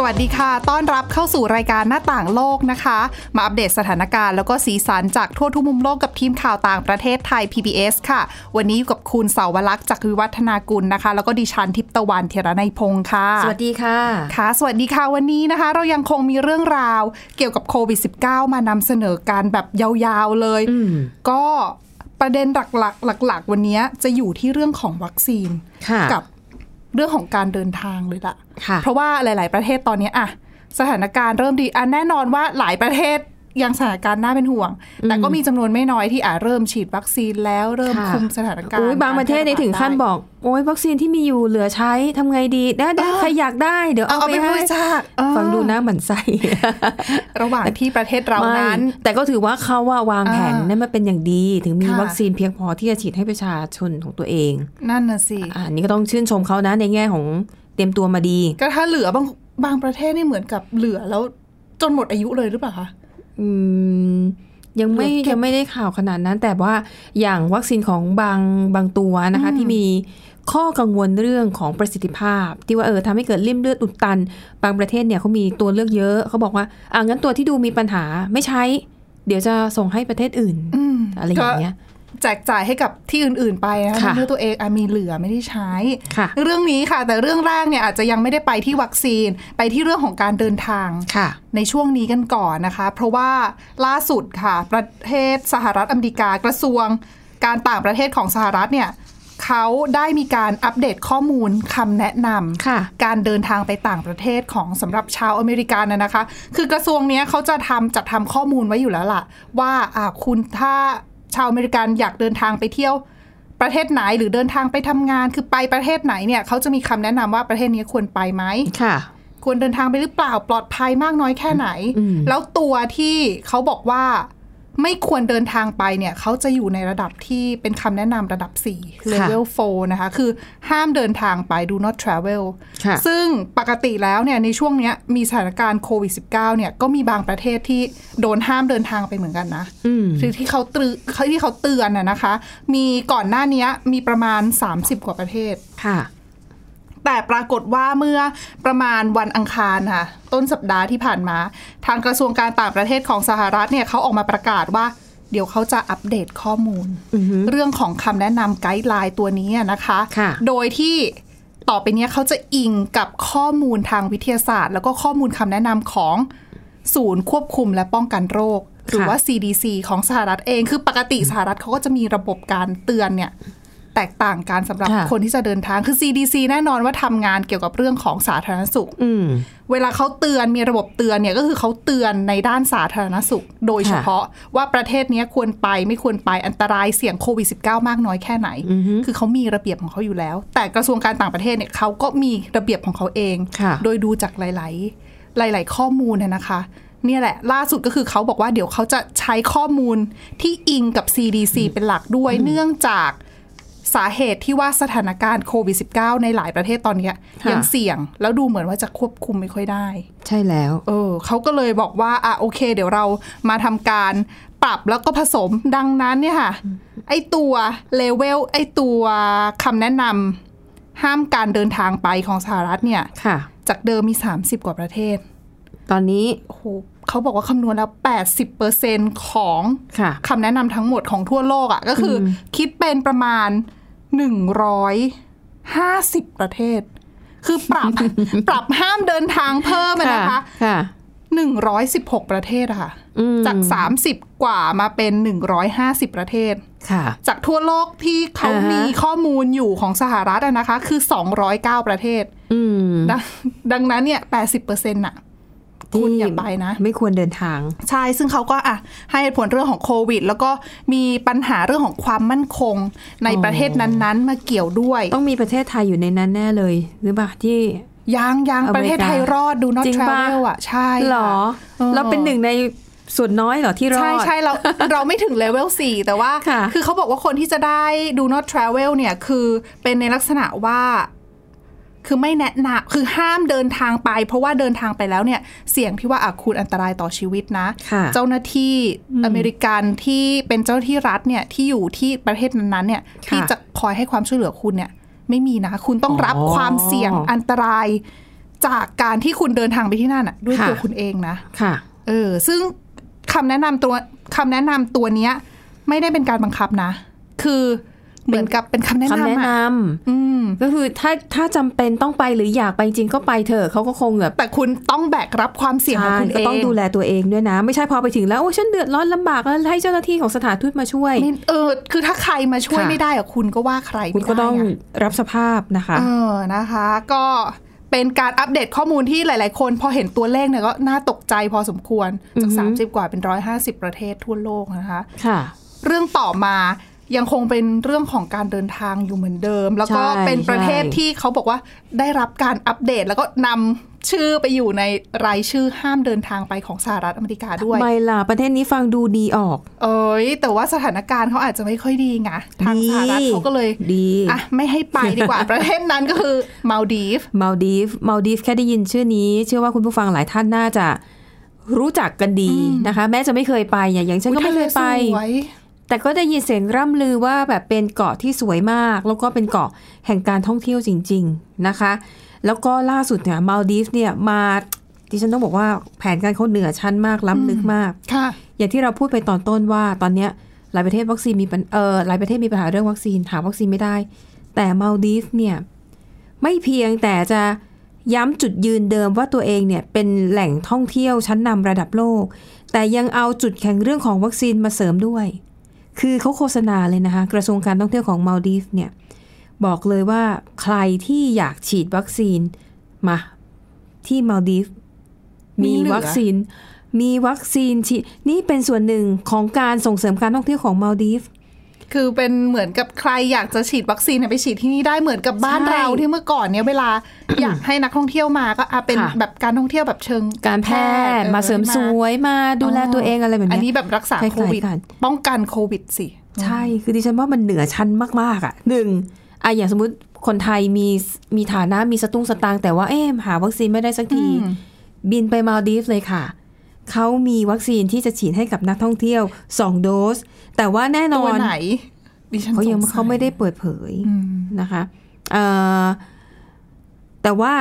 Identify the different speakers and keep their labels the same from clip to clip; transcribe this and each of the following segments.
Speaker 1: สวัสดีค่ะ ต้อนรับเข้าสู่รายการหน้าต่างโลกนะคะ มาอัปเดตสถานการณ์แล้วก็สีสันจากทั่วทุกมุมโลกกับทีมข่าวต่างประเทศไทย PBS ค่ะ วันนี้อยู่กับคุณเสาวลักษณ์จากวิวัฒนากุลนะคะ แล้วก็ดิฉันทิพย์ตะวันเทยระในยพงค์ค่ะ
Speaker 2: สวัสดีค่ะ
Speaker 1: ค่ะ สวัสดีค่ะ วันนี้นะคะ เรายังคงมีเรื่องราวเกี่ยวกับโควิด -19 มานำเสนอการแบบยาวๆเลย ก็ประเด็นหลักๆ หลัก ๆ วันนี้จะอยู่ที่เรื่องของวัคซีน
Speaker 2: ค่ะ
Speaker 1: กับเรื่องของการเดินทางเลยล่ะ
Speaker 2: ค่ะ
Speaker 1: เพราะว่าหลาย ๆ ประเทศตอนเนี้ยอะสถานการณ์เริ่มดีอ่ะแน่นอนว่าหลายประเทศยังสถานการณ์น่าเป็นห่วง แต่ก็มีจำนวนไม่น้อยที่อ่ะเริ่มฉีดวัคซีนแล้วเริ่ม
Speaker 2: ค่ะ
Speaker 1: คุมสถานการณ์
Speaker 2: โอ้ยบางประเทศในยถึงขั้นบอก โอ้ยวัคซีนที่มีอยู่เหลือใช้ทำไงดีได้ได้ใครอยากได้ เดี๋ยว
Speaker 1: เอา
Speaker 2: เอา
Speaker 1: เอา
Speaker 2: ไป
Speaker 1: ไปบ
Speaker 2: ให้
Speaker 1: ริจาคเออ
Speaker 2: ฟังดูนะหมันไส้
Speaker 1: ระหว่างที่ประเทศเรานั้น
Speaker 2: ไม่แต่ก็ถือว่าเขาว่าวางแผน
Speaker 1: อ่า
Speaker 2: นั่นมาเป็นอย่างดี ถึงมี
Speaker 1: ค่ะ
Speaker 2: วัคซีนเพียงพอที่จะฉีดให้ประชาชนของตัวเอง
Speaker 1: นั่นน่ะสิ
Speaker 2: อ่าอันนี้ก็ต้องชื่นชมเขานะในแง่ของเตรียมตัวมาดี
Speaker 1: ก็ถ้าเหลือบางบางประเทศนี่เหมือนกับเหลือแล้วจนหมดอายุเลยหรือเปล่าคะ
Speaker 2: อืมยังไม่ยังไม่ได้ข่าวขนาดนั้น แต่ว่าอย่างวัคซีนของบางบางตัวนะคะ ที่มีข้อกังวลเรื่องของประสิทธิภาพ ที่ว่าเออทำให้เกิดริ่มเลือดอุดตัน บางประเทศเนี่ยเขามีตัวเลือกเยอะเขาบอกว่าอ่างั้นตัวที่ดูมีปัญหาไม่ใช้ เดี๋ยวจะส่งให้ประเทศอื่น
Speaker 1: อืม
Speaker 2: อะไรอย่างเงี้ย
Speaker 1: แจกจ่ายให้กับที่อื่น ๆ ไปนะ
Speaker 2: ค่ะ
Speaker 1: เพื่อตัวเองอะมีเหลือไม่ได้ใช้
Speaker 2: ค่ะ
Speaker 1: เรื่องนี้ค่ะ แต่เรื่องแรกเนี่ยอาจจะยังไม่ได้ไปที่วัคซีนไปที่เรื่องของการเดินทาง
Speaker 2: ค่ะ
Speaker 1: ในช่วงนี้กันก่อนนะคะ เพราะว่าล่าสุดค่ะ ประเทศสหรัฐอเมริกากระทรวง การต่างประเทศของสหรัฐเนี่ยเขาได้มีการอัปเดตข้อมูลคำแนะนำ
Speaker 2: ค่ะ
Speaker 1: การเดินทางไปต่างประเทศของสำหรับชาวอเมริกันนะนะคะ คือกระทรวงเนี้ยเขาจะทำจัดทำข้อมูลไว้อยู่แล้วล่ะ ว่าอ่าคุณถ้าชาวอเมริกันอยากเดินทางไปเที่ยวประเทศไหนหรือเดินทางไปทำงาน คือไปประเทศไหนเนี่ยเขาจะมีคำแนะนำว่าประเทศนี้ควรไปไหม
Speaker 2: ค่ะ
Speaker 1: ควรเดินทางไปหรือเปล่าปลอดภัยมากน้อยแค่ไหน
Speaker 2: อืม
Speaker 1: แล้วตัวที่เขาบอกว่าไม่ควรเดินทางไปเนี่ยเขาจะอยู่ในระดับที่เป็นคำแนะนำระดับ 4 level 4 นะคะ คือห้ามเดินทางไป do not travel
Speaker 2: ค่ะ
Speaker 1: ซึ่งปกติแล้วเนี่ยในช่วงเนี้ยมีสถานการณ์โควิด -19 เนี่ยก็มีบางประเทศที่โดนห้ามเดินทางไปเหมือนกันนะ
Speaker 2: อืม
Speaker 1: คือที่เขาเตือนที่เขาเตือนน่ะนะคะ มีก่อนหน้าเนี้ยมีประมาณ 30 กว่าประเทศ
Speaker 2: ค่ะ
Speaker 1: แต่ปรากฏว่าเมื่อประมาณวันอังคารค่ะ ต้นสัปดาห์ที่ผ่านมา ทางกระทรวงการต่างประเทศของสหรัฐเนี่ยเขาออกมาประกาศว่า เดี๋ยวเขาจะอัปเดตข้อมูล เรื่องของคำแนะนำไกด์ไลน์ตัวนี้นะคะ
Speaker 2: ค่ะ
Speaker 1: โดยที่ต่อไปเนี้ยเขาจะอิงกับข้อมูลทางวิทยาศาสตร์ แล้วก็ข้อมูลคำแนะนำของศูนย์ควบคุมและป้องกันโรค หรือว่า CDC ของสหรัฐเอง คือปกติสหรัฐเขาก็จะมีระบบการเตือนเนี่ย แตกต่างกันสำหรับ
Speaker 2: ค่ะ
Speaker 1: คนที่จะเดินทาง คือ CDC แน่นอนว่าทำงานเกี่ยวกับเรื่องของสาธารณสุข
Speaker 2: อืม
Speaker 1: เวลาเขาเตือนมีระบบเตือนเนี่ยก็คือเขาเตือนในด้านสาธารณสุข โดยเฉพาะว่าประเทศเนี้ยควรไปไม่ควรไปอันตรายเสี่ยงโควิด -19 มากน้อยแค่ไหน คือเขามีระเบียบของเขาอยู่แล้ว แต่กระทรวงการต่างประเทศเนี่ยเขาก็มีระเบียบของเขาเอง
Speaker 2: ค่ะ
Speaker 1: โดยดูจากหลาย ๆ หลาย ๆ ข้อมูลนะนะคะ เนี่ยแหละ ล่าสุดก็คือเขาบอกว่าเดี๋ยวเขาจะใช้ข้อมูลที่อิงกับ CDC เป็นหลักด้วยเนื่องจากสาเหตุที่ว่าสถานการณ์โควิด -19 ในหลายประเทศตอนเนี้ย
Speaker 2: ค่ะ
Speaker 1: ยังเสี่ยงแล้วดูเหมือนว่าจะควบคุมไม่ค่อยได้
Speaker 2: ใช่แล้ว
Speaker 1: เออเขาก็เลยบอกว่าอ่ะโอเค เดี๋ยวเรามาทำการปรับแล้วก็ผสมดังนั้นเนี่ยค่ะ ไอตัวเลเวลไอตัวคำแนะนำห้ามการเดินทางไปของสหรัฐเนี่ย
Speaker 2: ค่ะ
Speaker 1: จากเดิมมี 30 กว่าประเทศ
Speaker 2: ตอนนี้
Speaker 1: โอ้โหเขาบอกว่าคำนวณแล้ว 80%ของ
Speaker 2: ค่ะ
Speaker 1: คำแนะนำทั้งหมดของทั่วโลกอะ่ะ ก็คืออคิดเป็นประมาณ 150 ประเทศ คือปรับ ปรับห้ามเดินทางเพิ่มอะนะคะ
Speaker 2: ค่ะ
Speaker 1: 116 ประเทศอะค่ะ จาก 30 กว่ามาเป็น 150 ประเทศ
Speaker 2: ค่ะ
Speaker 1: จากทั่วโลกที่เขา
Speaker 2: อ่าฮะ
Speaker 1: มีข้อมูลอยู่ของสหรัฐอะนะคะ คือ 209 ประเทศ
Speaker 2: อืม
Speaker 1: ดังดังนั้นเนี่ย 80เปอร์เซ็นต์น่ะ
Speaker 2: ที่
Speaker 1: คุณอย่าไปนะ
Speaker 2: ไม่ควรเดินทาง
Speaker 1: ใช่ ซึ่งเขาก็อ่ะให้เหตุผลเรื่องของโควิด แล้วก็มีปัญหาเรื่องของความมั่นคงในประเทศนั้นๆ มาเกี่ยวด้วย
Speaker 2: ต้องมีประเทศไทยอยู่ในนั้นแน่เลย หรือเปล่าที่
Speaker 1: ยังยัง
Speaker 2: อ
Speaker 1: ป
Speaker 2: เมริกา
Speaker 1: ระเทศไทยรอดดู not
Speaker 2: จริงปะ
Speaker 1: travel อ่ะ ใช่ค่ะ
Speaker 2: หรอ
Speaker 1: ออ
Speaker 2: เราเป็นหนึ่งในส่วนน้อยเหรอที่รอด
Speaker 1: ใช่ใช่เรา เราไม่ถึงเลเวล4แต่ว่า
Speaker 2: ค่ะ
Speaker 1: อเขาบอกว่าคนที่จะได้ดู not travel เนี่ย คือเป็นในลักษณะว่า คือไม่แนะนำคือห้ามเดินทางไป เพราะว่าเดินทางไปแล้วเนี่ยเสี่ยงที่ว่าอาจคุณอันตรายต่อชีวิตนะ
Speaker 2: ค่ะ
Speaker 1: เจ้าหน้าที่อเมริกันที่เป็นเจ้าหน้าที่รัฐเนี่ยที่อยู่ที่ประเทศนั้นๆเนี่ย
Speaker 2: ค่ะ
Speaker 1: ที่จะคอยให้ความช่วยเหลือคุณเนี่ยไม่มีนะ คุณต้องรับ
Speaker 2: อ๋อ
Speaker 1: ความเสี่ยงอันตราย จากการที่คุณเดินทางไปที่นั่นน่ะด้วย
Speaker 2: ค่ะ
Speaker 1: ตัวคุณเองนะ
Speaker 2: ค่ะ
Speaker 1: เออ ซึ่งคำแนะนำตัวคำแนะนำตัวเนี้ย ไม่ได้เป็นการบังคับนะ คือเหมือนกับเป็นคำแนะ
Speaker 2: คำแนะ
Speaker 1: นำ
Speaker 2: น
Speaker 1: อะอืม
Speaker 2: ำก็คือถ้าถ้าจำเป็นต้องไปหรืออยากไปจริงก็ไปเถอะเขาก็คงแบบ
Speaker 1: แต่คุณต้องแบกรับความเสี่ยงของคุณ
Speaker 2: ก็
Speaker 1: เอง
Speaker 2: ต้องดูแลตัวเองด้วยนะ ไม่ใช่พอไปถึงแล้วโอ้ยฉันเดือดร้อนลำบากแล้วให้เจ้าหน้าที่ของสถานทูตมาช่วย
Speaker 1: ไม่เออ คือถ้าใครมาช่วย
Speaker 2: ค่ะ
Speaker 1: ไม่ได้อะคุณก็ว่าใคร
Speaker 2: คุณ
Speaker 1: ไม่
Speaker 2: ก็
Speaker 1: ได้
Speaker 2: ต้อง
Speaker 1: อะ
Speaker 2: รับสภาพนะคะ
Speaker 1: เออ นะคะ ก็เป็นการอัปเดตข้อมูลที่หลาย ๆ คน พอเห็นตัวเลขเนี่ยก็น่าตกใจพอสมควร จาก 30 กว่าเป็น 150 ประเทศทั่วโลกนะคะ
Speaker 2: ค่ะ
Speaker 1: เรื่องต่อมายังคงเป็นเรื่องของการเดินทางอยู่เหมือนเดิม แล้วก็
Speaker 2: ใช่
Speaker 1: เป็นประเทศ
Speaker 2: ใช่
Speaker 1: ที่เขาบอกว่าได้รับการอัปเดตแล้วก็นำชื่อไปอยู่ในรายชื่อห้ามเดินทางไปของสหรัฐอเมริกาด้วย
Speaker 2: ไม่ล่ะประเทศนี้ฟังดูดีออก
Speaker 1: เอ้ยแต่ว่าสถานการณ์เขาอาจจะไม่ค่อยดีไงทางสหรัฐเขาก็เลย
Speaker 2: ดี
Speaker 1: อ่ะไม่ให้ไปดี กว่า ประเทศนั้นก็คือมาลดีฟ
Speaker 2: มาลดีฟมาลดีฟแค่ได้ยินชื่อนี้ เชื่อว่าคุณผู้ฟังหลายท่านน่าจะรู้จักกันดีนะคะ แม้จะไม่เคยไปเนี่ยอย่างฉันก็ไม่เคยไป
Speaker 1: อุ๊ทะลสวย
Speaker 2: แต่ก็ได้ยินเสียงร่ำลือว่าแบบเป็นเกาะที่สวยมาก แล้วก็เป็นเกาะแห่งการท่องเที่ยวจริง ๆนะคะ แล้วก็ล่าสุดเนี่ยมาลดีฟเนี่ยมาดิฉันต้องบอกว่าแผนการเขาเหนือชั้นมากล้ำลึกมาก
Speaker 1: ค่ะ
Speaker 2: อย่างที่เราพูดไปตอนต้นว่าตอนเนี้ยหลายประเทศวัคซีนมีปัญเออหลายประเทศมีปัญหาเรื่องวัคซีนหาวัคซีนไม่ได้ แต่มาลดีฟเนี่ยไม่เพียงแต่จะย้ำจุดยืนเดิมว่าตัวเองเนี่ยเป็นแหล่งท่องเที่ยวชั้นนำระดับโลก แต่ยังเอาจุดแข็งเรื่องของวัคซีนมาเสริมด้วย คือเขาโฆษณาเลยนะคะ กระทรวงการท่องเที่ยวของมาลดีฟเนี่ยบอกเลยว่าใครที่อยากฉีดวัคซีนมาที่มาลดีฟ
Speaker 1: มี
Speaker 2: มี
Speaker 1: เหลือ
Speaker 2: วัคซีน มีวัคซีนฉีดนี่เป็นส่วนหนึ่งของการส่งเสริมการท่องเที่ยวของมาลดีฟ
Speaker 1: คือเป็นเหมือนกับใครอยากจะฉีดวัคซีนเนี่ยไปฉีดที่นี่ได้เหมือนกับบ้าน
Speaker 2: ใช่
Speaker 1: เราที่เมื่อก่อนเนี่ยเวลา อยากให้นักท่องเที่ยวมาก็อ่ะเป็น
Speaker 2: ค่ะ
Speaker 1: แบบการท่องเที่ยวแบบเชิง
Speaker 2: การแพทย์
Speaker 1: เออ
Speaker 2: มาเสริมสวยมาดูแลตัวเองอะไรแบบ
Speaker 1: อัน
Speaker 2: เนี้
Speaker 1: นี้
Speaker 2: ย
Speaker 1: แบบรักษา
Speaker 2: คล้ายๆ
Speaker 1: โควิด
Speaker 2: กัน
Speaker 1: ป้องกันโควิดสิ
Speaker 2: ใช่ คือดิฉันว่ามันเหนือชั้นมาก ๆ อ่ะหนึ่งอ่ะอย่างสมมติคนไทยมีมีฐานะมีสตุ้งสตางค์แต่ว่าเอ๊ะหาวัคซีนไม่ได้สักที
Speaker 1: อืม
Speaker 2: บินไปมาลดีฟเลยค่ะ เขามีวัคซีนที่จะฉีดให้กับนักท่องเที่ยว 2 โดส แต่ว่าแน่นอ
Speaker 1: ตัวน ไหนดิฉัน
Speaker 2: เขายัง
Speaker 1: สสั
Speaker 2: เขาไม่ได้เปิดเผยนะคะเอ่อแต่ว่า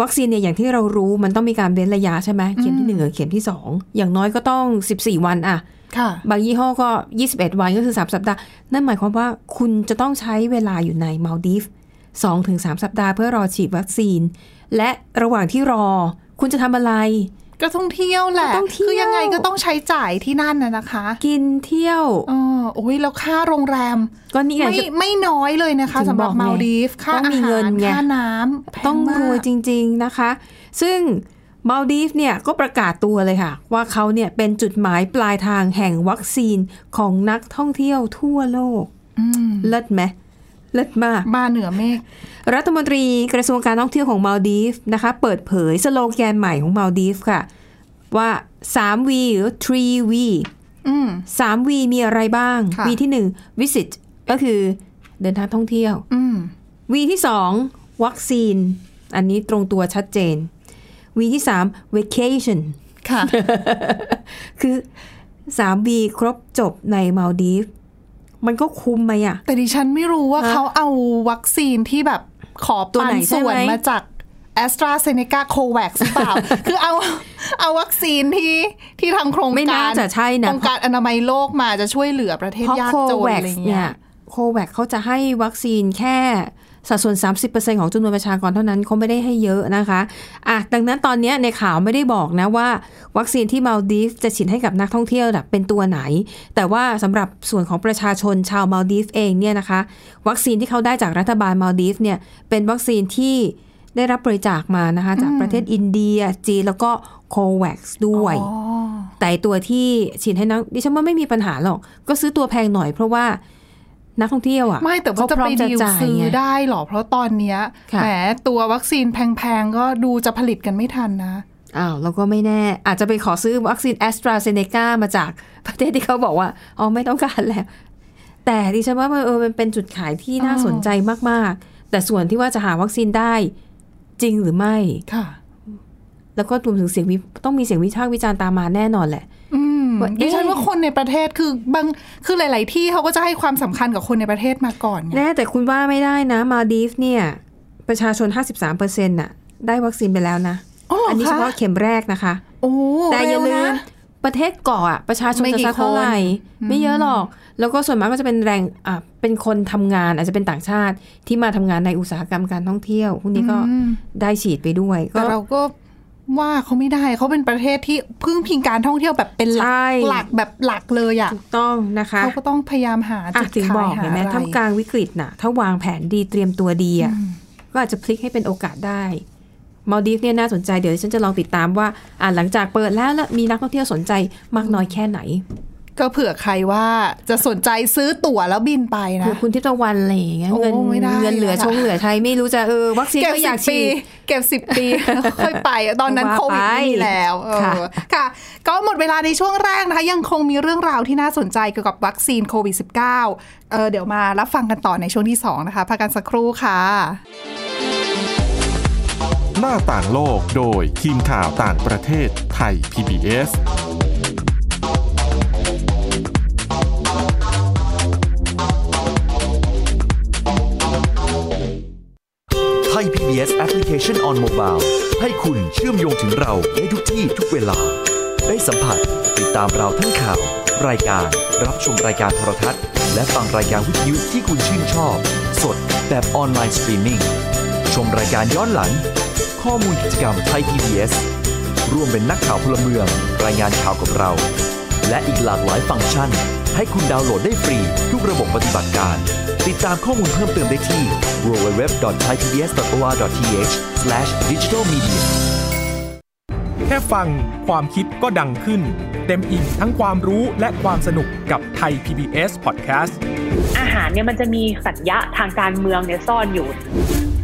Speaker 2: วัคซีนเนี่ยอย่างที่เรารู้มันต้องมีการเว้นระยะใช่ไหมเข็มที่หนึ่งกับเข็มที่สองอย่างน้อยก็ต้อง 14 วันอะ
Speaker 1: ค่ะ
Speaker 2: บางยี่ห้อก็ 21 วันก็คือ 3 สัปดาห์ นั่นหมายความว่าคุณจะต้องใช้เวลาอยู่ในมาลดีฟ2ถึง3สัปดาห์เพื่อรอฉีดวัคซีน และระหว่างที่รอ คุณจะทำอะไร
Speaker 1: ก็ท่องเที่ยวแหละ
Speaker 2: ก็ต้องเที่ยว
Speaker 1: คือยังไงก็ต้องใช้จ่ายที่นั่นนะนะคะ
Speaker 2: กินเที่ยว
Speaker 1: เออโอ้ยแล้วค่าโรงแรม
Speaker 2: ก็นี่ไง
Speaker 1: ไม่ไม่น้อยเลยนะคะ
Speaker 2: ถึง
Speaker 1: สำหรับ
Speaker 2: บอกไง
Speaker 1: มาลดีฟค่า
Speaker 2: ต้อง
Speaker 1: อา
Speaker 2: มี
Speaker 1: หา
Speaker 2: เงิ
Speaker 1: ร
Speaker 2: นไง
Speaker 1: ค่าน้ำแพ
Speaker 2: ต้อง
Speaker 1: มาก
Speaker 2: รวยจริง ๆนะคะ ซึ่งมาลดีฟเนี่ยก็ประกาศตัวเลยค่ะ ว่าเขาเนี่ยเป็นจุดหมายปลายทางแห่งวัคซีนของนักท่องเที่ยวทั่วโลก
Speaker 1: อืม
Speaker 2: เลิศไหมเลิศมาก
Speaker 1: มาเหนือเมฆ
Speaker 2: รัฐมนตรีกระทรวงการท่องเที่ยวของมาลดีฟนะคะ เปิดเผยสโลแกนใหม่ของมาลดีฟค่ะ ว่า 3V หรือ 3V
Speaker 1: อืม
Speaker 2: 3V มีอะไรบ้าง
Speaker 1: ค่ะ
Speaker 2: V ที่ 1 visit ก็คือเดินทางท่องเที่ยว
Speaker 1: อืม
Speaker 2: วีที่สองวัคซีน อันนี้ตรงตัวชัดเจน วีที่สาม vacation
Speaker 1: ค่ะ
Speaker 2: คือสามวีครบจบในมาลดีฟมันก็คุ้มไหมอ่ะ
Speaker 1: แต่ดิฉันไม่รู้ว่า
Speaker 2: ฮะ
Speaker 1: เขาเอาวัคซีนที่แบบขอ
Speaker 2: ตัว
Speaker 1: ปั
Speaker 2: ไห
Speaker 1: น
Speaker 2: นใช่
Speaker 1: ส่วน
Speaker 2: ไหม
Speaker 1: มาจากแอสตราเซเนกาโควัคหรือเปล่า คือเอาเอาวัคซีนที่ที่ทางโครง
Speaker 2: ไม่
Speaker 1: กา
Speaker 2: น่ารจะใช่นะ
Speaker 1: องค์การอนามัยโลกมาจะช่วยเหลือประเทศ
Speaker 2: เพราะ
Speaker 1: ยาก
Speaker 2: โค
Speaker 1: จน
Speaker 2: ว a
Speaker 1: อะ
Speaker 2: x
Speaker 1: ไรอย่างเงี้
Speaker 2: เนี่ย ยโควัคเขาจะให้วัคซีนแค่สัดส่วน 30%ของจำนวนประชากรเท่านั้นเขาไม่ได้ให้เยอะนะคะอ่ะดังนั้นตอนเนี้ยในข่าวไม่ได้บอกนะว่า วัคซีนที่มาลดีฟจะฉีดให้กับนักท่องเที่ยวน่ะเป็นตัวไหน แต่ว่าสำหรับส่วนของประชาชนชาวมาลดีฟเองเนี่ยนะคะ วัคซีนที่เขาได้จากรัฐบาลมาลดีฟเนี่ยเป็นวัคซีนที่ได้รับบริจาคมานะคะ จากประเทศอินเดียจีนแล้วก็โควัคด้วย แต่ตัวที่ฉีดให้นักดิฉันว่าไม่มีปัญหาหรอก ก็ซื้อตัวแพงหน่อยเพราะว่านักท่องเที่ยวอ่ะ
Speaker 1: ไม่แต่ว่า
Speaker 2: เข
Speaker 1: จะ
Speaker 2: พร้อ
Speaker 1: ไป
Speaker 2: ม
Speaker 1: ดีล
Speaker 2: จ่าย
Speaker 1: ซื้อ
Speaker 2: ไง
Speaker 1: ได้หรอ เพราะตอนเนี้ย
Speaker 2: ค่ะ
Speaker 1: แหมตัววัคซีนแพงๆ ก็ดูจะผลิตกันไม่ทันนะ
Speaker 2: อ้าวเราก็ไม่แน่ อาจจะไปขอซื้อวัคซีนแอสตราเซเนกามาจากประเทศที่เขาบอกว่า อ๋อ ไม่ต้องการแล้ว แต่ดิฉันว่ามันเออมันเป็นจุดขายที่น่าสนใจมาก ๆ แต่ส่วนที่ว่าจะหาวัคซีนได้ จริงหรือไม่
Speaker 1: ค่ะ
Speaker 2: แล้วก็รวมถึงเสียงวิต้องมีเสียงวิพากษ์วิจารณ์ตามมาแน่นอนแหละ
Speaker 1: อืม
Speaker 2: ว่าเอ๊ะ
Speaker 1: ดิฉันว่าคนในประเทศคือบางคือหลาย ๆ ที่เขาก็จะให้ความสำคัญกับคนในประเทศมาก่อนไง
Speaker 2: แน่แต่คุณว่าไม่ได้นะ มาดีฟเนี่ย ประชาชน 53เปอร์เซ็นต์น่ะ ได้วัคซีนไปแล้วนะ
Speaker 1: อ๋อเหรอ
Speaker 2: อันนี้เฉ
Speaker 1: คะ
Speaker 2: พาะเข็มแรกนะคะ
Speaker 1: โอ้
Speaker 2: แต่อย่าลื
Speaker 1: เร็ว
Speaker 2: ม
Speaker 1: นะ
Speaker 2: ประเทศเกาะอะประชาชน
Speaker 1: ไม่
Speaker 2: จะ
Speaker 1: กี่
Speaker 2: สักเท่าไหร่
Speaker 1: คน
Speaker 2: ไม่เยอะหรอก แล้วก็ส่วนมากก็จะเป็นแรงอ่ะเป็นคนทำงานอาจจะเป็นต่างชาติที่มาทำงานในอุตสาหกรรมการท่องเที่ยวพวกนี้ก็
Speaker 1: อืม
Speaker 2: ได้ฉีดไปด้วยก็
Speaker 1: แต่เราก็ว่าเขาไม่ได้เขาเป็นประเทศที่พึ่งพิงการท่องเที่ยวแบบเป็นหลั
Speaker 2: ใช่
Speaker 1: กหลักแบบหลักเลยอ่ะ
Speaker 2: ถูกต้องนะคะ
Speaker 1: เขาก็ต้องพยายามหา
Speaker 2: อ่ะ
Speaker 1: จุด
Speaker 2: ถึงบ
Speaker 1: ขาย
Speaker 2: อก
Speaker 1: หา
Speaker 2: เห็นไหม
Speaker 1: อะไร
Speaker 2: ท่ามกลางวิกฤตน่ะ ถ้าวางแผนดีเตรียมตัวดีอ่ะก็อาจจะพลิกให้เป็นโอกาสได้มาดีฟเนี่ยน่าสนใจเดี๋ยวดิฉันจะลองติดตามว่าอ่ะหลังจากเปิดแล้วแล้วมีนักท่องเที่ยวสนใจมากน้อยแค่ไหน
Speaker 1: ก็เผื่อใครว่าจะสนใจซื้อตั๋วแล้วบินไปนะ
Speaker 2: เผื่อคุณทิพย์ตะวันอะไรอย่างเงี้ย
Speaker 1: โอ้
Speaker 2: เงิน
Speaker 1: ไม่ได้
Speaker 2: เงินเหลือ
Speaker 1: ค่ะ
Speaker 2: ชงเหลือใช้ไม่รู้จะเออวัคซีน
Speaker 1: เก็บ
Speaker 2: ก็อ
Speaker 1: สิ
Speaker 2: ยา
Speaker 1: บ
Speaker 2: กฉี
Speaker 1: ปี
Speaker 2: ด
Speaker 1: เก็บสิบปี ค่อยไปอะตอนนั้น
Speaker 2: ว่า
Speaker 1: โควิด
Speaker 2: ไป
Speaker 1: ไม่มีแล้วเออ
Speaker 2: ค่ะ
Speaker 1: ค่ะ ก็หมดเวลาในช่วงแรกนะคะ ยังคงมีเรื่องราวที่น่าสนใจเกี่ยวกับวัคซีนโควิด -19 เออเดี๋ยวมารับฟังกันต่อในช่วงที่ 2 นะคะพักกันสักครู่ค่ะ
Speaker 3: หน้าต่างโลกโดยทีมข่าวต่างประเทศไทย PBS
Speaker 4: ไทย PBS Application on Mobile ให้คุณเชื่อมโยงถึงเราได้ทุกที่ทุกเวลา ได้สัมผัสติดตามเราทั้งข่าว รายการ รับชมรายการโทรทัศน์ และฟังรายการวิทยุที่คุณชื่นชอบ สดแบบออนไลน์สตรีมมิ่งชมรายการย้อนหลัง ข้อมูลกิจกรรมไทย PBS ร่วมเป็นนักข่าวพลเมือง รายงานข่าวกับเรา และอีกหลากหลายฟังก์ชัน ให้คุณดาวน์โหลดได้ฟรีทุกระบบปฏิบัติการ ติดตามข้อมูลเพิ่มเติมได้ที่ www.thaipbs.or.th/digitalmedia
Speaker 5: แค่ฟังความคิดก็ดังขึ้น เต็มอิ่มทั้งความรู้และความสนุกกับไทย PBS Podcast
Speaker 6: อาหารเนี่ยมันจะมีสัญญะทางการเมืองเนี่ยซ่อนอยู่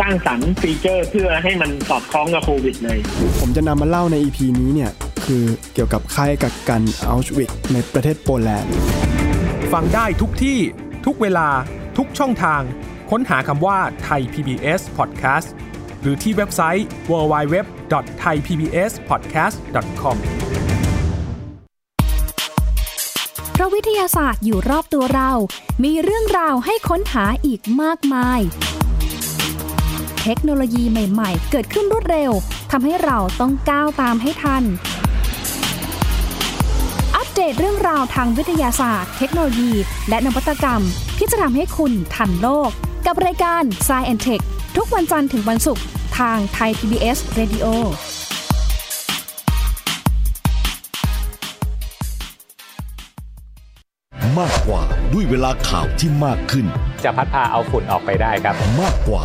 Speaker 7: สร้างสรรค์ฟีเจอร์เพื่อให้มันสอดคล้องกับโควิดเลย
Speaker 8: ผมจะนำมาเล่าใน EP นี้เนี่ย คือเกี่ยวกับค่ายกักกันอัลชวิกในประเทศโปแลนด์
Speaker 5: ฟังได้ทุกที่ ทุกเวลา ทุกช่องทาง ค้นหาคำว่าไทย PBS Podcast หรือที่เว็บไซต์ www.thaipbspodcast.com
Speaker 9: เพราะวิทยาศาสตร์อยู่รอบตัวเรา มีเรื่องราวให้ค้นหาอีกมากมาย เทคโนโลยีใหม่ ๆ เกิดขึ้นรวดเร็ว ทำให้เราต้องก้าวตามให้ทัน อัปเดตเรื่องราวทางวิทยาศาสตร์ เทคโนโลยี และนวัตกรรม ที่จะทำให้คุณทันโลก กับรายการ s c i e n t e c h ทุกวันจันทร์ถึงวันศุกร์ ทางไทย PBS Radio
Speaker 10: มากกว่าด้วยเวลาข่าวที่มากขึ้น
Speaker 11: จะพัดพาเอาฝุ่นออกไปได้ครับ
Speaker 10: มากกว่า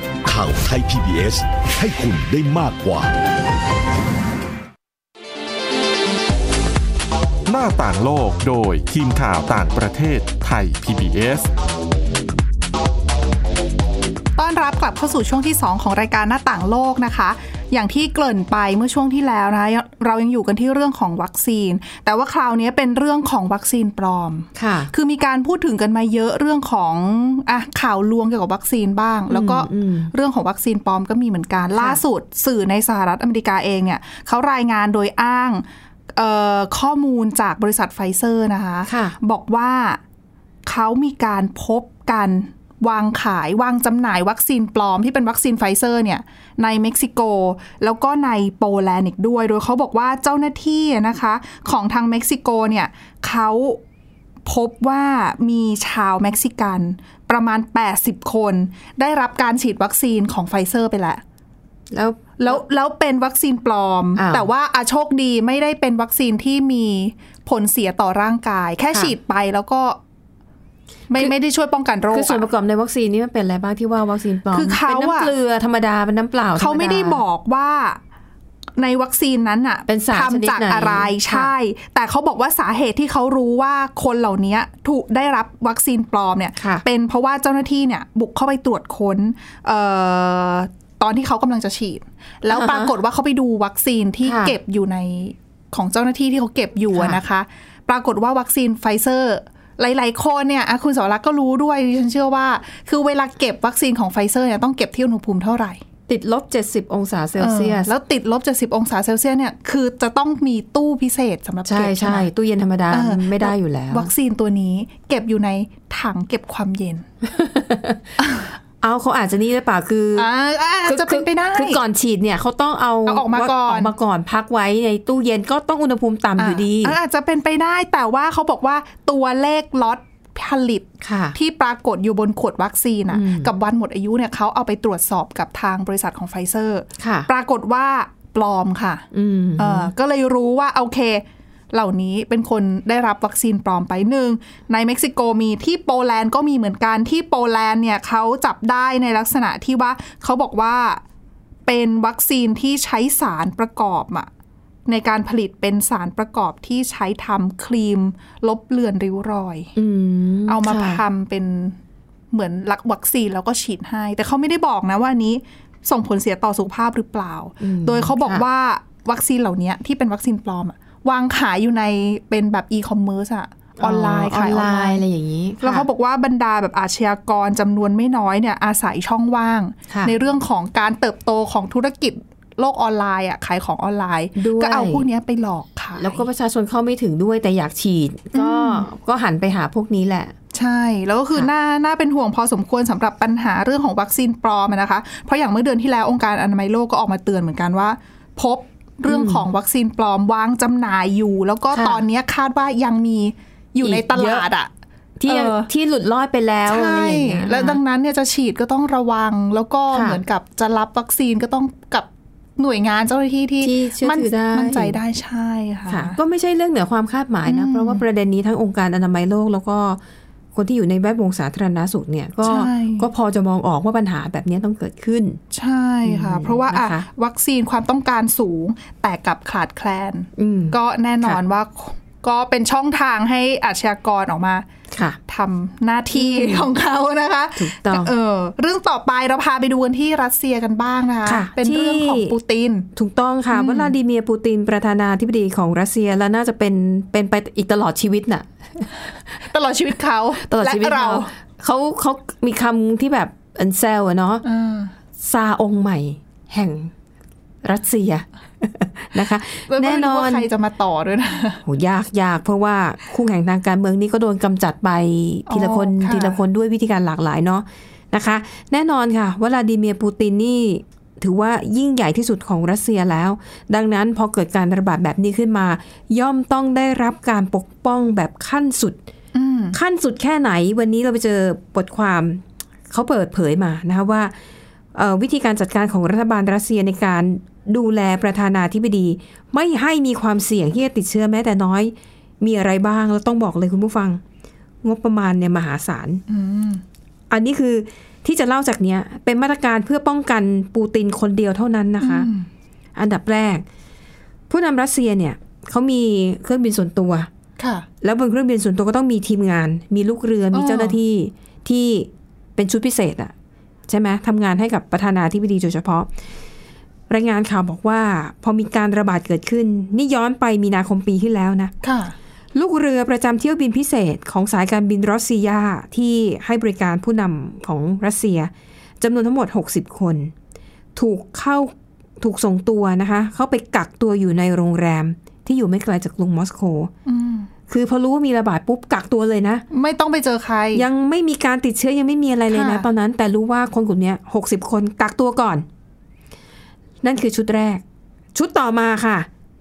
Speaker 10: ข่าวไทย PBS ให้คุณได้มากกว่า
Speaker 3: หน้าต่างโลกโดยทีมข่าวต่างประเทศไทย PBS
Speaker 1: ต้อนรับกลับเข้าสู่ช่วงที่ 2 ของรายการหน้าต่างโลกนะคะ อย่างที่เกริ่นไปเมื่อช่วงที่แล้วนะเรายังอยู่กันที่เรื่องของวัคซีน แต่ว่าคราวนี้เป็นเรื่องของวัคซีนปลอม
Speaker 2: ค่ะ
Speaker 1: คือมีการพูดถึงกันมาเยอะเรื่องของอ่ะข่าวลวงเกี่ยวกับวัคซีนบ้าง แล้วก็
Speaker 2: อืม
Speaker 1: เรื่องของวัคซีนปลอมก็มีเหมือนกัน ล่าสุดสื่อในสหรัฐอเมริกาเองเนี่ยเขารายงานโดยอ้างเอ่อข้อมูลจากบริษัทไฟเซอร์นะคะ
Speaker 2: ค่ะ
Speaker 1: บอกว่าเขามีการพบกัน วางขายวางจำหน่ายวัคซีนปลอมที่เป็นวัคซีนไฟเซอร์เนี่ยในเม็กซิโก แล้วก็ในโปแลนด์อีกด้วย โดยเขาบอกว่าเจ้าหน้าที่นะคะของทางเม็กซิโกเนี่ยเขาพบว่ามีชาวเม็กซิกัน ประมาณ 80 คน ได้รับการฉีดวัคซีนของไฟเซอร์ไปแล้ว
Speaker 2: แล้ว
Speaker 1: แล้วแล้วเป็นวัคซีนปลอม
Speaker 2: อ้าว
Speaker 1: แต่ว่าอาโชคดีไม่ได้เป็นวัคซีนที่มีผลเสียต่อร่างกาย แค่
Speaker 2: ค่ะ
Speaker 1: ฉีดไปแล้วก็ ไม่ไม่ได้ช่วยป้องกันโรค
Speaker 2: คือส่วนป
Speaker 1: อะ
Speaker 2: ระกอบในวัคซีนนี่มันเป็นอะไรบ้างที่ว่าวัคซีนปลอม
Speaker 1: คือเขา
Speaker 2: เป็น
Speaker 1: อะ
Speaker 2: น้ำเกลือธรรมดาเป็นน้ำเปล่าธรรด
Speaker 1: เขาไม่ได้บอกว่าในวัคซีนนั้นอะ
Speaker 2: เป็นสารชนิ
Speaker 1: ทำ
Speaker 2: ด
Speaker 1: จาก
Speaker 2: ไหน
Speaker 1: อะไรใช่ แต่เขาบอกว่าสาเหตุที่เขารู้ว่าคนเหล่านี้ถูกได้รับวัคซีนปลอมเนี่ย
Speaker 2: ค่ะ
Speaker 1: เป็นเพราะว่าเจ้าหน้าที่เนี่ยบุกเข้าไปตรวจค้นเอ่อตอนที่เขากำลังจะฉีด แล้ว
Speaker 2: อ่าฮะ
Speaker 1: ปรากฏว่าเขาไปดูวัคซีนที่
Speaker 2: ค่ะ
Speaker 1: เก็บอยู่ในของเจ้าหน้าที่ที่เขาเก็บอยู่อะ
Speaker 2: ค่ะ
Speaker 1: นะคะ ปรากฏว่าวัคซีนไฟเซอร์ หลาย ๆ คนเนี่ยอ่ะคุณสวรักษ์ก็รู้ด้วยดิฉันเชื่อว่า คือเวลาเก็บวัคซีนของไฟเซอร์เนี่ยต้องเก็บที่อุณหภูมิเท่าไหร่
Speaker 2: ติดลบ 70 องศาเซลเซียส
Speaker 1: ออแล้วติดลบ 70 องศาเซลเซียสเนี่ย คือจะต้องมีตู้พิเศษสำหรับ
Speaker 2: ใช่
Speaker 1: เก็บ
Speaker 2: ใช่
Speaker 1: ไหม
Speaker 2: ตู้เย็นธรรมดา
Speaker 1: เออ
Speaker 2: ไม่ได้อยู่แล้ว
Speaker 1: วัคซีนตัวนี้เก็บอยู่ในถังเก็บความเย็น
Speaker 2: เอาเขาอาจจะนี่หรือเปล่าคืออ
Speaker 1: อ่าอ่า
Speaker 2: คือ
Speaker 1: จะเป็นไปได้
Speaker 2: คือคือก่อนฉีดเนี่ยเขาต้องเอา
Speaker 1: เอาออกมาก่อน
Speaker 2: ออกมาก่อนพักไว้ในตู้เย็นก็ต้องอุณหภูมิต่ำอยู่ดี
Speaker 1: อ่าอาจจะเป็นไปได้แต่ว่าเขาบอกว่าตัวเลขล็อตผลิต
Speaker 2: ค่ะ
Speaker 1: ที่ปรากฏอยู่บนขวดวัคซีนน่ะ
Speaker 2: อืม
Speaker 1: กับวันหมดอายุเนี่ยเขาเอาไปตรวจสอบกับทางบริษัทของไฟเซอร์
Speaker 2: ค่ะ
Speaker 1: ปรากฏว่าปลอมค่ะ
Speaker 2: อืม
Speaker 1: เออก็เลยรู้ว่าโอเค เหล่านี้เป็นคนได้รับวัคซีนปลอมไปหนึ่งในเม็กซิโกมีที่โปแลนด์ก็มีเหมือนกันที่โปแลนด์เนี่ยเขาจับได้ในลักษณะที่ว่าเขาบอกว่าเป็นวัคซีนที่ใช้สารประกอบอะในการผลิตเป็นสารประกอบที่ใช้ทำครีม ลบเลือนริ้วรอย
Speaker 2: อืม
Speaker 1: เอามา
Speaker 2: ค่ะ
Speaker 1: ทำเป็นเหมือนรักวัคซีนแล้วก็ฉีดให้ แต่เขาไม่ได้บอกนะว่าอันนี้ส่งผลเสียต่อสุขภาพหรือเปล่า
Speaker 2: อืม
Speaker 1: โดยเขาบอก
Speaker 2: ค่ะ
Speaker 1: ว่าวัคซีนเหล่านี้ที่เป็นวัคซีนปลอมอะวางขายอยู่ในเป็นแบบอีคอมเมิร์ซอะออนไลน์
Speaker 2: ออ
Speaker 1: ขาย
Speaker 2: น
Speaker 1: ออน
Speaker 2: ไล
Speaker 1: ไล
Speaker 2: น์
Speaker 1: น์
Speaker 2: อะไรอย่างนี้
Speaker 1: แล้วเขา
Speaker 2: ค่ะ
Speaker 1: บอกว่าบรรดาแบบอาชญากรจำนวนไม่น้อยเนี่ยอาศัยช่องว่าง
Speaker 2: ค่ะ
Speaker 1: ในเรื่องของการเติบโตของธุรกิจโลกออนไลน์อะขายของออนไลน์
Speaker 2: ด้วย
Speaker 1: ก็เอาพวกเนี้ยไปหลอกขาย
Speaker 2: แล้วก็ประชาชนเข้าไม่ถึงด้วยแต่อยากฉีด ก็ ก็หันไปหาพวกนี้แหละ
Speaker 1: ใช่ แล้วก็คือ
Speaker 2: ค่ะ
Speaker 1: น่าน่าเป็นห่วงพอสมควรสำหรับปัญหาเรื่องของวัคซีนปลอมอะนะคะ เพราะอย่างเมื่อเดือนที่แล้วองค์การอนามัยโลกก็ออกมาเตือนเหมือนกันว่า พบเรื่องของวัคซีนปลอมวางจำหน่ายอยู่ แล้วก็ตอนเนี้ยคาดว่ายังมีอยู่ในตลาดอ่ะ
Speaker 2: ที่ยัง
Speaker 1: เออ
Speaker 2: ที่หลุดลอดไปแล้วอะไร
Speaker 1: ใช่
Speaker 2: อย่างเงี้ย
Speaker 1: และดังนั้นเนี่ยจะฉีดก็ต้องระวัง แล้วก็
Speaker 2: ค่ะ
Speaker 1: เหมือนกับจะรับวัคซีนก็ต้องกับหน่วยงานเจ้าหน้าที่ที่
Speaker 2: ที่เชื่อ
Speaker 1: มั่น
Speaker 2: ถือได้
Speaker 1: มั่นใจได้ใช่ค่ะ
Speaker 2: ค่ะก็ไม่ใช่เรื่องเหนือความคาดหมายนะ
Speaker 1: อืม
Speaker 2: เพราะว่าประเด็นนี้ทั้งองค์การอนามัยโลก แล้วก็คนที่อยู่ในแวดวงสาธารณสุขเนี่ยก็
Speaker 1: ใช่
Speaker 2: ก็พอจะมองออกว่าปัญหาแบบนี้ต้องเกิดขึ้น
Speaker 1: ใช่ค่ะ
Speaker 2: อืม
Speaker 1: เพราะว่าอ่ะ
Speaker 2: นะคะ
Speaker 1: วัคซีนความต้องการสูงแต่กลับขาดแคลน
Speaker 2: อืม
Speaker 1: ก็แน่นอนว่าก็เป็นช่องทางให้อาชญากรออกมา
Speaker 2: ค่ะ
Speaker 1: ทำหน้าที่ของเขานะคะ
Speaker 2: ถูกต้อง
Speaker 1: เออเรื่องต่อไปเราพาไปดูกันที่รัสเซียกันบ้างนะคะ
Speaker 2: ค่ะ
Speaker 1: เป็น
Speaker 2: ที่
Speaker 1: เรื่องของปูติน
Speaker 2: ถูกต้องค่ะ
Speaker 1: อืม
Speaker 2: วลาดิเมียร์ปูตินประธานาธิบดีของรัสเซียและน่าจะเป็นเป็นไปอีกตลอดชีวิตน่ะ
Speaker 1: ตลอดชีวิตเขา
Speaker 2: ตลอดชีวิต
Speaker 1: และเรา
Speaker 2: เราเขาเขามีคำที่แบบอันเซลเนาะ
Speaker 1: อ่า
Speaker 2: ซาองค์ใหม่ แห่งรัสเซีย นะคะ
Speaker 1: แล้วก็
Speaker 2: แน่
Speaker 1: ไม่
Speaker 2: น
Speaker 1: รู้
Speaker 2: อ
Speaker 1: ว่าน ใครจะมาต่อด้วยนะ
Speaker 2: โหยากยากเพราะว่าคู่แข่งทางการเมืองนี้ก็โดนกำจัดไปทีละคน
Speaker 1: อ๋อค่ะ
Speaker 2: ทีละคนด้วยวิธีการหลากหลายเนาะนะคะ แน่นอนค่ะวลาดิเมียร์ปูตินนี่ถือว่ายิ่งใหญ่ที่สุดของรัสเซียแล้ว ดังนั้นพอเกิดการระบาดแบบนี้ขึ้นมา ย่อมต้องได้รับการปกป้องแบบขั้นสุด
Speaker 1: อืม
Speaker 2: ขั้นสุดแค่ไหนวันนี้เราไปเจอบทความเขาเปิดเผยมานะคะว่าเอ่อวิธีการจัดการของรัฐบาลรัสเซียในการดูแลประธานาธิบดี ไม่ให้มีความเสี่ยงที่จะติดเชื้อแม้แต่น้อย มีอะไรบ้างแล้วต้องบอกเลยคุณผู้ฟัง งบประมาณเนี่ยมหาศาล
Speaker 1: อืม
Speaker 2: อันนี้คือที่จะเล่าจากเนี้ยเป็นมาตรการเพื่อป้องกันปูตินคนเดียวเท่านั้นนะคะ
Speaker 1: อืม
Speaker 2: อันดับแรก ผู้นำรัสเซียเนี่ยเขามีเครื่องบินส่วนตัว
Speaker 1: ค่ะ
Speaker 2: แล้วบนเครื่องบินส่วนตัวก็ต้องมีทีมงาน มีลูกเรือ มี
Speaker 1: อ๋อ
Speaker 2: เจ้าหน้าที่ที่เป็นชุดพิเศษอะใช่ไหมทำงานให้กับประธานาธิบดีโดยเฉพาะ รายงานข่าวบอกว่า พอมีการระบาดเกิดขึ้น นี่ย้อนไปมีนาคมปีที่แล้วนะ
Speaker 1: ค่ะ
Speaker 2: ลูกเรือประจำเที่ยวบินพิเศษของสายการบินรัสเซียที่ให้บริการผู้นำของรัสเซียจำนวนทั้งหมด 60 คน ถูกเข้าถูกส่งตัวนะคะ เข้าไปกักตัวอยู่ในโรงแรมที่อยู่ไม่ไกลจากกรุงมอสโก
Speaker 1: อืม
Speaker 2: คือพอรู้ว่ามีระบาดปุ๊บกักตัวเลยนะ
Speaker 1: ไม่ต้องไปเจอใคร
Speaker 2: ยังไม่มีการติดเชื้อยังไม่มีอะไรเลยนะ
Speaker 1: ค่ะ
Speaker 2: ตอนนั้นแต่รู้ว่าคนกลุ่มเนี้ยหกสิบคนกักตัวก่อน นั่นคือชุดแรก ชุดต่อมาค่ะ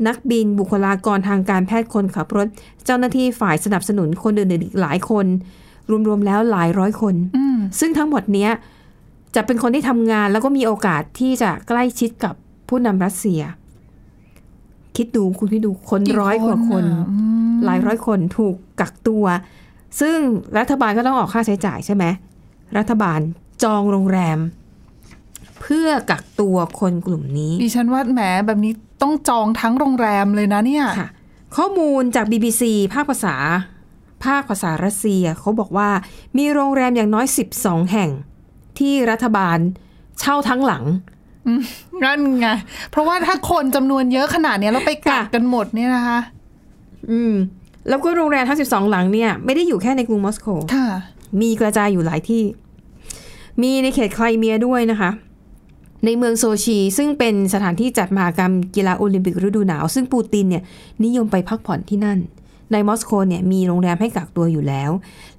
Speaker 2: นักบินบุคลากรทางการแพทย์คนขับรถ เจ้าหน้าที่ฝ่ายสนับสนุนคนอื่นๆอีกหลายคน รวมๆแล้วหลายร้อยคน
Speaker 1: อืม
Speaker 2: ซึ่งทั้งหมดเนี้ยจะเป็นคนที่ทำงานแล้วก็มีโอกาสที่จะใกล้ชิดกับผู้นำรัสเซีย คิดดูคุณคิดดูคน
Speaker 1: กี่
Speaker 2: ร้อยกว่าคน
Speaker 1: อ่ะอืม
Speaker 2: หลายร้อยคนถูกกักตัว ซึ่งรัฐบาลก็ต้องออกค่าใช้จ่ายใช่ไหมรัฐบาลจองโรงแรม เพื่อกักตัวคนกลุ่มนี้
Speaker 1: ดิฉันว่าแหมแบบนี้ต้องจองทั้งโรงแรมเลยนะเนี่ย
Speaker 2: ค่ะข้อมูลจาก BBC ภาคภาษา ภาคภาษารัสเซีย เขาบอกว่ามีโรงแรมอย่างน้อย 12 แห่ง ที่รัฐบาลเช่าทั้งหลัง
Speaker 1: อืมนั่นไง เพราะว่าถ้าคนจำนวนเยอะขนาดเนี้ยแล้วไปกักกันหมดเนี่ยนะคะ
Speaker 2: อืม แล้วก็โรงแรมทั้ง 12 หลังเนี่ย ไม่ได้อยู่แค่ในกรุงมอสโก
Speaker 1: ค่ะ
Speaker 2: มีกระจายอยู่หลายที่ มีในเขตไครเมียด้วยนะคะ ในเมืองโซชี ซึ่งเป็นสถานที่จัดมหากรรมกีฬาโอลิมปิกฤดูหนาว ซึ่งปูตินเนี่ยนิยมไปพักผ่อนที่นั่น ในมอสโกเนี่ยมีโรงแรมให้กักตัวอยู่แล้ว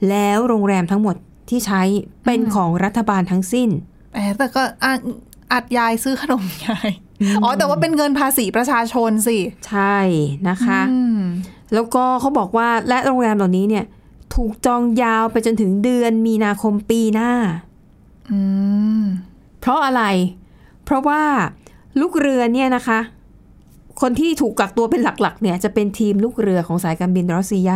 Speaker 2: แล้วโรงแรมทั้งหมดที่ใช้เป็นของรัฐบาลทั้งสิ้น
Speaker 1: แหมแต่ก็อะอัดยายซื้อขนมยาย อ๋อ แต่ว่าเป็นเงินภาษีประชาชนสิ
Speaker 2: ใช่นะคะ
Speaker 1: อืม
Speaker 2: แล้วก็เขาบอกว่าและโรงแรมเหล่านี้เนี่ยถูกจองยาวไปจนถึงเดือนมีนาคมปีหน้า
Speaker 1: อืม
Speaker 2: เพราะอะไร เพราะว่าลูกเรือเนี่ยนะคะ คนที่ถูกกักตัวเป็นหลักๆ เนี่ยจะเป็นทีมลูกเรือของสายการบินรัสเซีย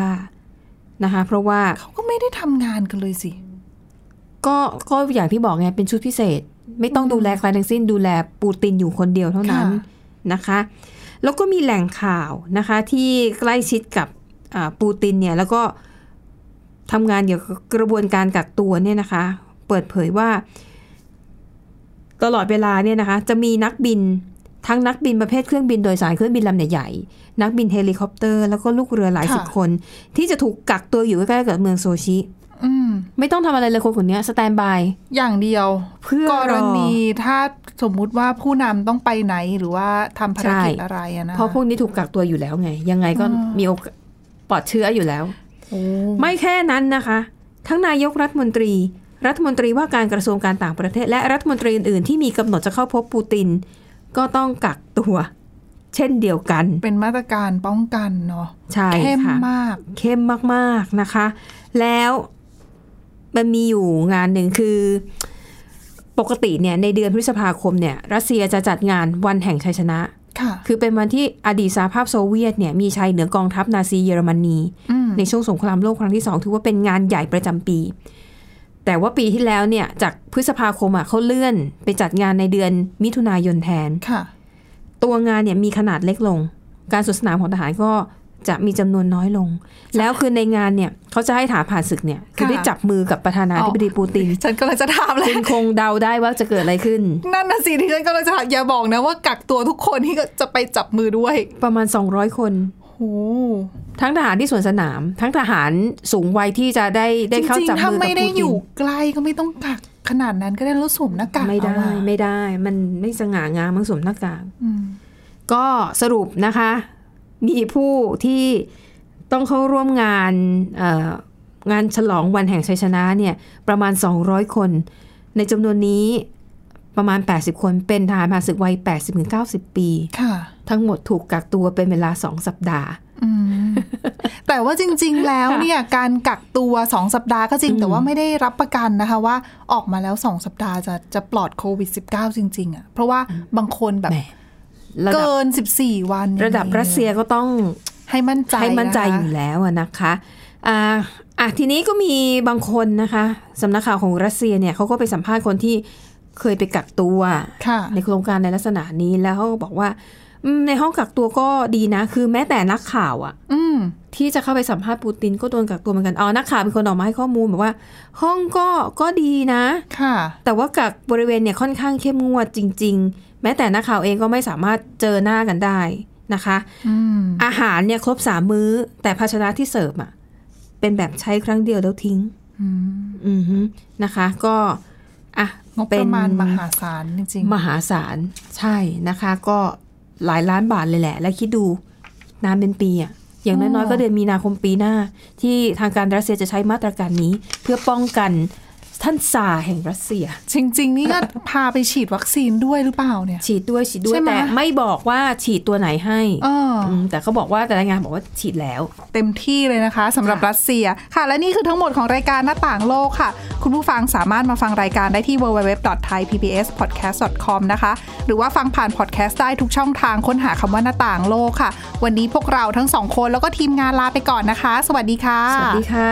Speaker 2: นะคะ เพราะว่า
Speaker 1: เขาก็ไม่ได้ทำงานกันเลยสิ
Speaker 2: ก็ก็อย่างที่บอกไงเป็นชุดพิเศษ ไม่ต้องดูแลใครทั้งสิ้นดูแลปูตินอยู่คนเดียวเท่านั้น
Speaker 1: ค่ะ
Speaker 2: นะคะ แล้วก็มีแหล่งข่าวนะคะ ที่ใกล้ชิดกับอ่าปูตินเนี่ยแล้วก็ทำงานเกี่ยวกับกระบวนการกักตัวเนี่ยนะคะ เปิดเผยว่า ตลอดเวลาเนี่ยนะคะ จะมีนักบินทั้งนักบินประเภทเครื่องบินโดยสารเครื่องบินลำใหญ่ๆนักบินเฮลิคอปเตอร์ แล้วก็ลูกเรือหลาย
Speaker 1: ค่ะ
Speaker 2: สิบคน ที่จะถูกกักตัวอยู่ใกล้ๆกับเมืองโซชิ
Speaker 1: อืม
Speaker 2: ไม่ต้องทำอะไรเลยคนคนเนี้สแตนบาย standby
Speaker 1: อย่างเดียว
Speaker 2: เพื่อรอก
Speaker 1: รณีถ้าสมมุติว่าผู้นำต้องไปไหนหรือว่าทำภารกิจ
Speaker 2: ใช่
Speaker 1: อะไรอะนะ
Speaker 2: เพราะพวกนี้ถูกกักตัวอยู่แล้วไง ยังไงก็มีโอกาสปลอดเชื้ออยู่แล้ว
Speaker 1: โอ้
Speaker 2: ไม่แค่นั้นนะคะ ทั้งนายกรัฐมนตรี รัฐมนตรีว่าการกระทรวงการต่างประเทศ และรัฐมนตรีอื่นๆที่มีกำหนดจะเข้าพบปูติน ก็ต้องกักตัว เช่นเดียวกัน
Speaker 1: เป็นมาตรการป้องกันเนาะ
Speaker 2: ใช่
Speaker 1: เข้ม
Speaker 2: ค่ะ
Speaker 1: มาก
Speaker 2: เข้มมากๆนะคะ แล้วมันมีอยู่งานหนึ่งคือ ปกติเนี่ยในเดือนพฤษภาคมเนี่ย รัสเซียจะจัดงานวันแห่งชัยชนะ
Speaker 1: ค่ะ
Speaker 2: คือเป็นวันที่อดีตสหภาพโซเวียตเนี่ยมีชัยเหนือกองทัพนาซีเยอรมนี
Speaker 1: อืม
Speaker 2: ในช่วงสงครามโลกครั้งที่สองถือว่าเป็นงานใหญ่ประจำปี แต่ว่าปีที่แล้วเนี่ยจากพฤษภาคมอ่ะเขาเลื่อนไปจัดงานในเดือนมิถุนายนแทน
Speaker 1: ค่ะ
Speaker 2: ตัวงานเนี่ยมีขนาดเล็กลง การสวนสนามของทหารก็จะมีจำนวนน้อยลง แล้วคือในงานเนี่ยเขาจะให้ฐานผ่านศึกเนี่ยคือ
Speaker 1: ค่ะ
Speaker 2: ได้จับมือกับประธานาธิบดีปูติน
Speaker 1: ฉันกำลังจะถามเลย
Speaker 2: คุณคงเดาได้ว่าจะเกิดอะไรขึ้น
Speaker 1: นั่นนะสิที่ฉันกำลังจะถามอย่าบอกนะว่ากักตัวทุกคนที่จะไปจับมือด้วย
Speaker 2: ประมาณ 200 คน
Speaker 1: โห
Speaker 2: ทั้งทหารที่สวนสนาม ทั้งทหารสูงวัยที่จะได้ได้เข้าจับ
Speaker 1: จริงๆถ้า
Speaker 2: มือกับปูติน
Speaker 1: ไม่ได้อยู่ใกล้ก็ไม่ต้องกักขนาดนั้นก็ได้แล้วสวมหน้ากาก
Speaker 2: ไม่ได้
Speaker 1: เอาอะ
Speaker 2: ไม่ได้มันไม่สง่างามมันสวมหน้ากาก
Speaker 1: อืม
Speaker 2: ก็สรุปนะคะ มีผู้ที่ต้องเข้าร่วมงานเอ่องานฉลองวันแห่งชัยชนะเนี่ยประมาณ 200 คน ในจำนวนนี้ประมาณ 80 คนเป็นทหารผ่านศึกวัย 80-90 ปี
Speaker 1: ค่ะ
Speaker 2: ทั้งหมดถูกกักตัวเป็นเวลา 2 สัปดาห์
Speaker 1: อืม แต่ว่าจริง ๆ แล้วเนี่ย การกักตัวสองสัปดาห์ก็จริง แต่ว่าไม่ได้รับประกันนะคะว่าออกมาแล้วสองสัปดาห์จะจะปลอดโควิด -19 จริง ๆ อ่ะ เพราะว่าบางคนแบบ
Speaker 2: แหม ระดับ
Speaker 1: เกิน 14 วัน
Speaker 2: ระดับรัสเซียก็ต้อง
Speaker 1: ให้มั่นใจ
Speaker 2: ให้มั่นใจ
Speaker 1: ะคะ
Speaker 2: อยู่แล้วอะนะคะอ่าอ่ะทีนี้ก็มีบางคนนะคะสำนักข่าวของรัสเซียเนี่ยเขาก็ไปสัมภาษณ์คนที่เคยไปกักตัว
Speaker 1: ค่ะ
Speaker 2: ในโครงการในลักษณะนี้แล้วเขาก็บอกว่าอืมในห้องกักตัวก็ดีนะ คือแม้แต่นักข่าวอะ
Speaker 1: อืม
Speaker 2: ที่จะเข้าไปสัมภาษณ์ปูตินก็โดนกักตัวเหมือนกันอ๋อนักข่าวเป็นคนออกมาให้ข้อมูลบอกว่า ห้องก็ก็ดีนะ
Speaker 1: ค่ะ
Speaker 2: แต่ว่ากักบริเวณเนี่ยค่อนข้างเข้มงวดจริง ๆ แม้แต่นักข่าวเองก็ไม่สามารถเจอหน้ากันได้นะคะ
Speaker 1: อืม
Speaker 2: อาหารเนี่ยครบสามมื้อ แต่ภาชนะที่เสิร์ฟอ่ะเป็นแบบใช้ครั้งเดียวแล้วทิ้ง
Speaker 1: อืม
Speaker 2: อือฮึนะคะ ก็อ่ะ
Speaker 1: งบป
Speaker 2: เน
Speaker 1: ระมาณมหาศาลจริง
Speaker 2: มหาศาลใช่นะคะ ก็หลายล้านบาทเลยแหละ แล้วคิดดูนานเป็นปีอ่ะ อย่างน้อยๆก็เดือนมีนาคมปีหน้า ที่ทางการรัสเซียจะใช้มาตรการนี้ เพื่อป้องกันท่านซาร์แห่งรัสเซีย
Speaker 1: จริง ๆ นี่ก็ พาไปฉีดวัคซีนด้วยหรือเปล่าเนี่ย
Speaker 2: ฉีดด้วยฉีดด้ว
Speaker 1: ใช่
Speaker 2: ย
Speaker 1: ไหม
Speaker 2: แต่ไม่บอกว่าฉีดตัวไหนให้
Speaker 1: เอออื
Speaker 2: มแต่เขาบอกว่าแต่รายงานบอกว่าฉีดแล้ว
Speaker 1: เต็มที่เลยนะคะสำหรับรัสเซียค่ะ และนี่คือทั้งหมดของรายการหน้าต่างโลกค่ะ คุณผู้ฟังสามารถมาฟังรายการได้ที่ www.thaipbspodcast.com นะคะ หรือว่าฟังผ่านพอดแคสต์ได้ทุกช่องทางค้นหาคำว่าหน้าต่างโลกค่ะ วันนี้พวกเราทั้งสองคนแล้วก็ทีมงานลาไปก่อนนะคะ สวัสดีค่ะ
Speaker 2: สวัสดีค่ะ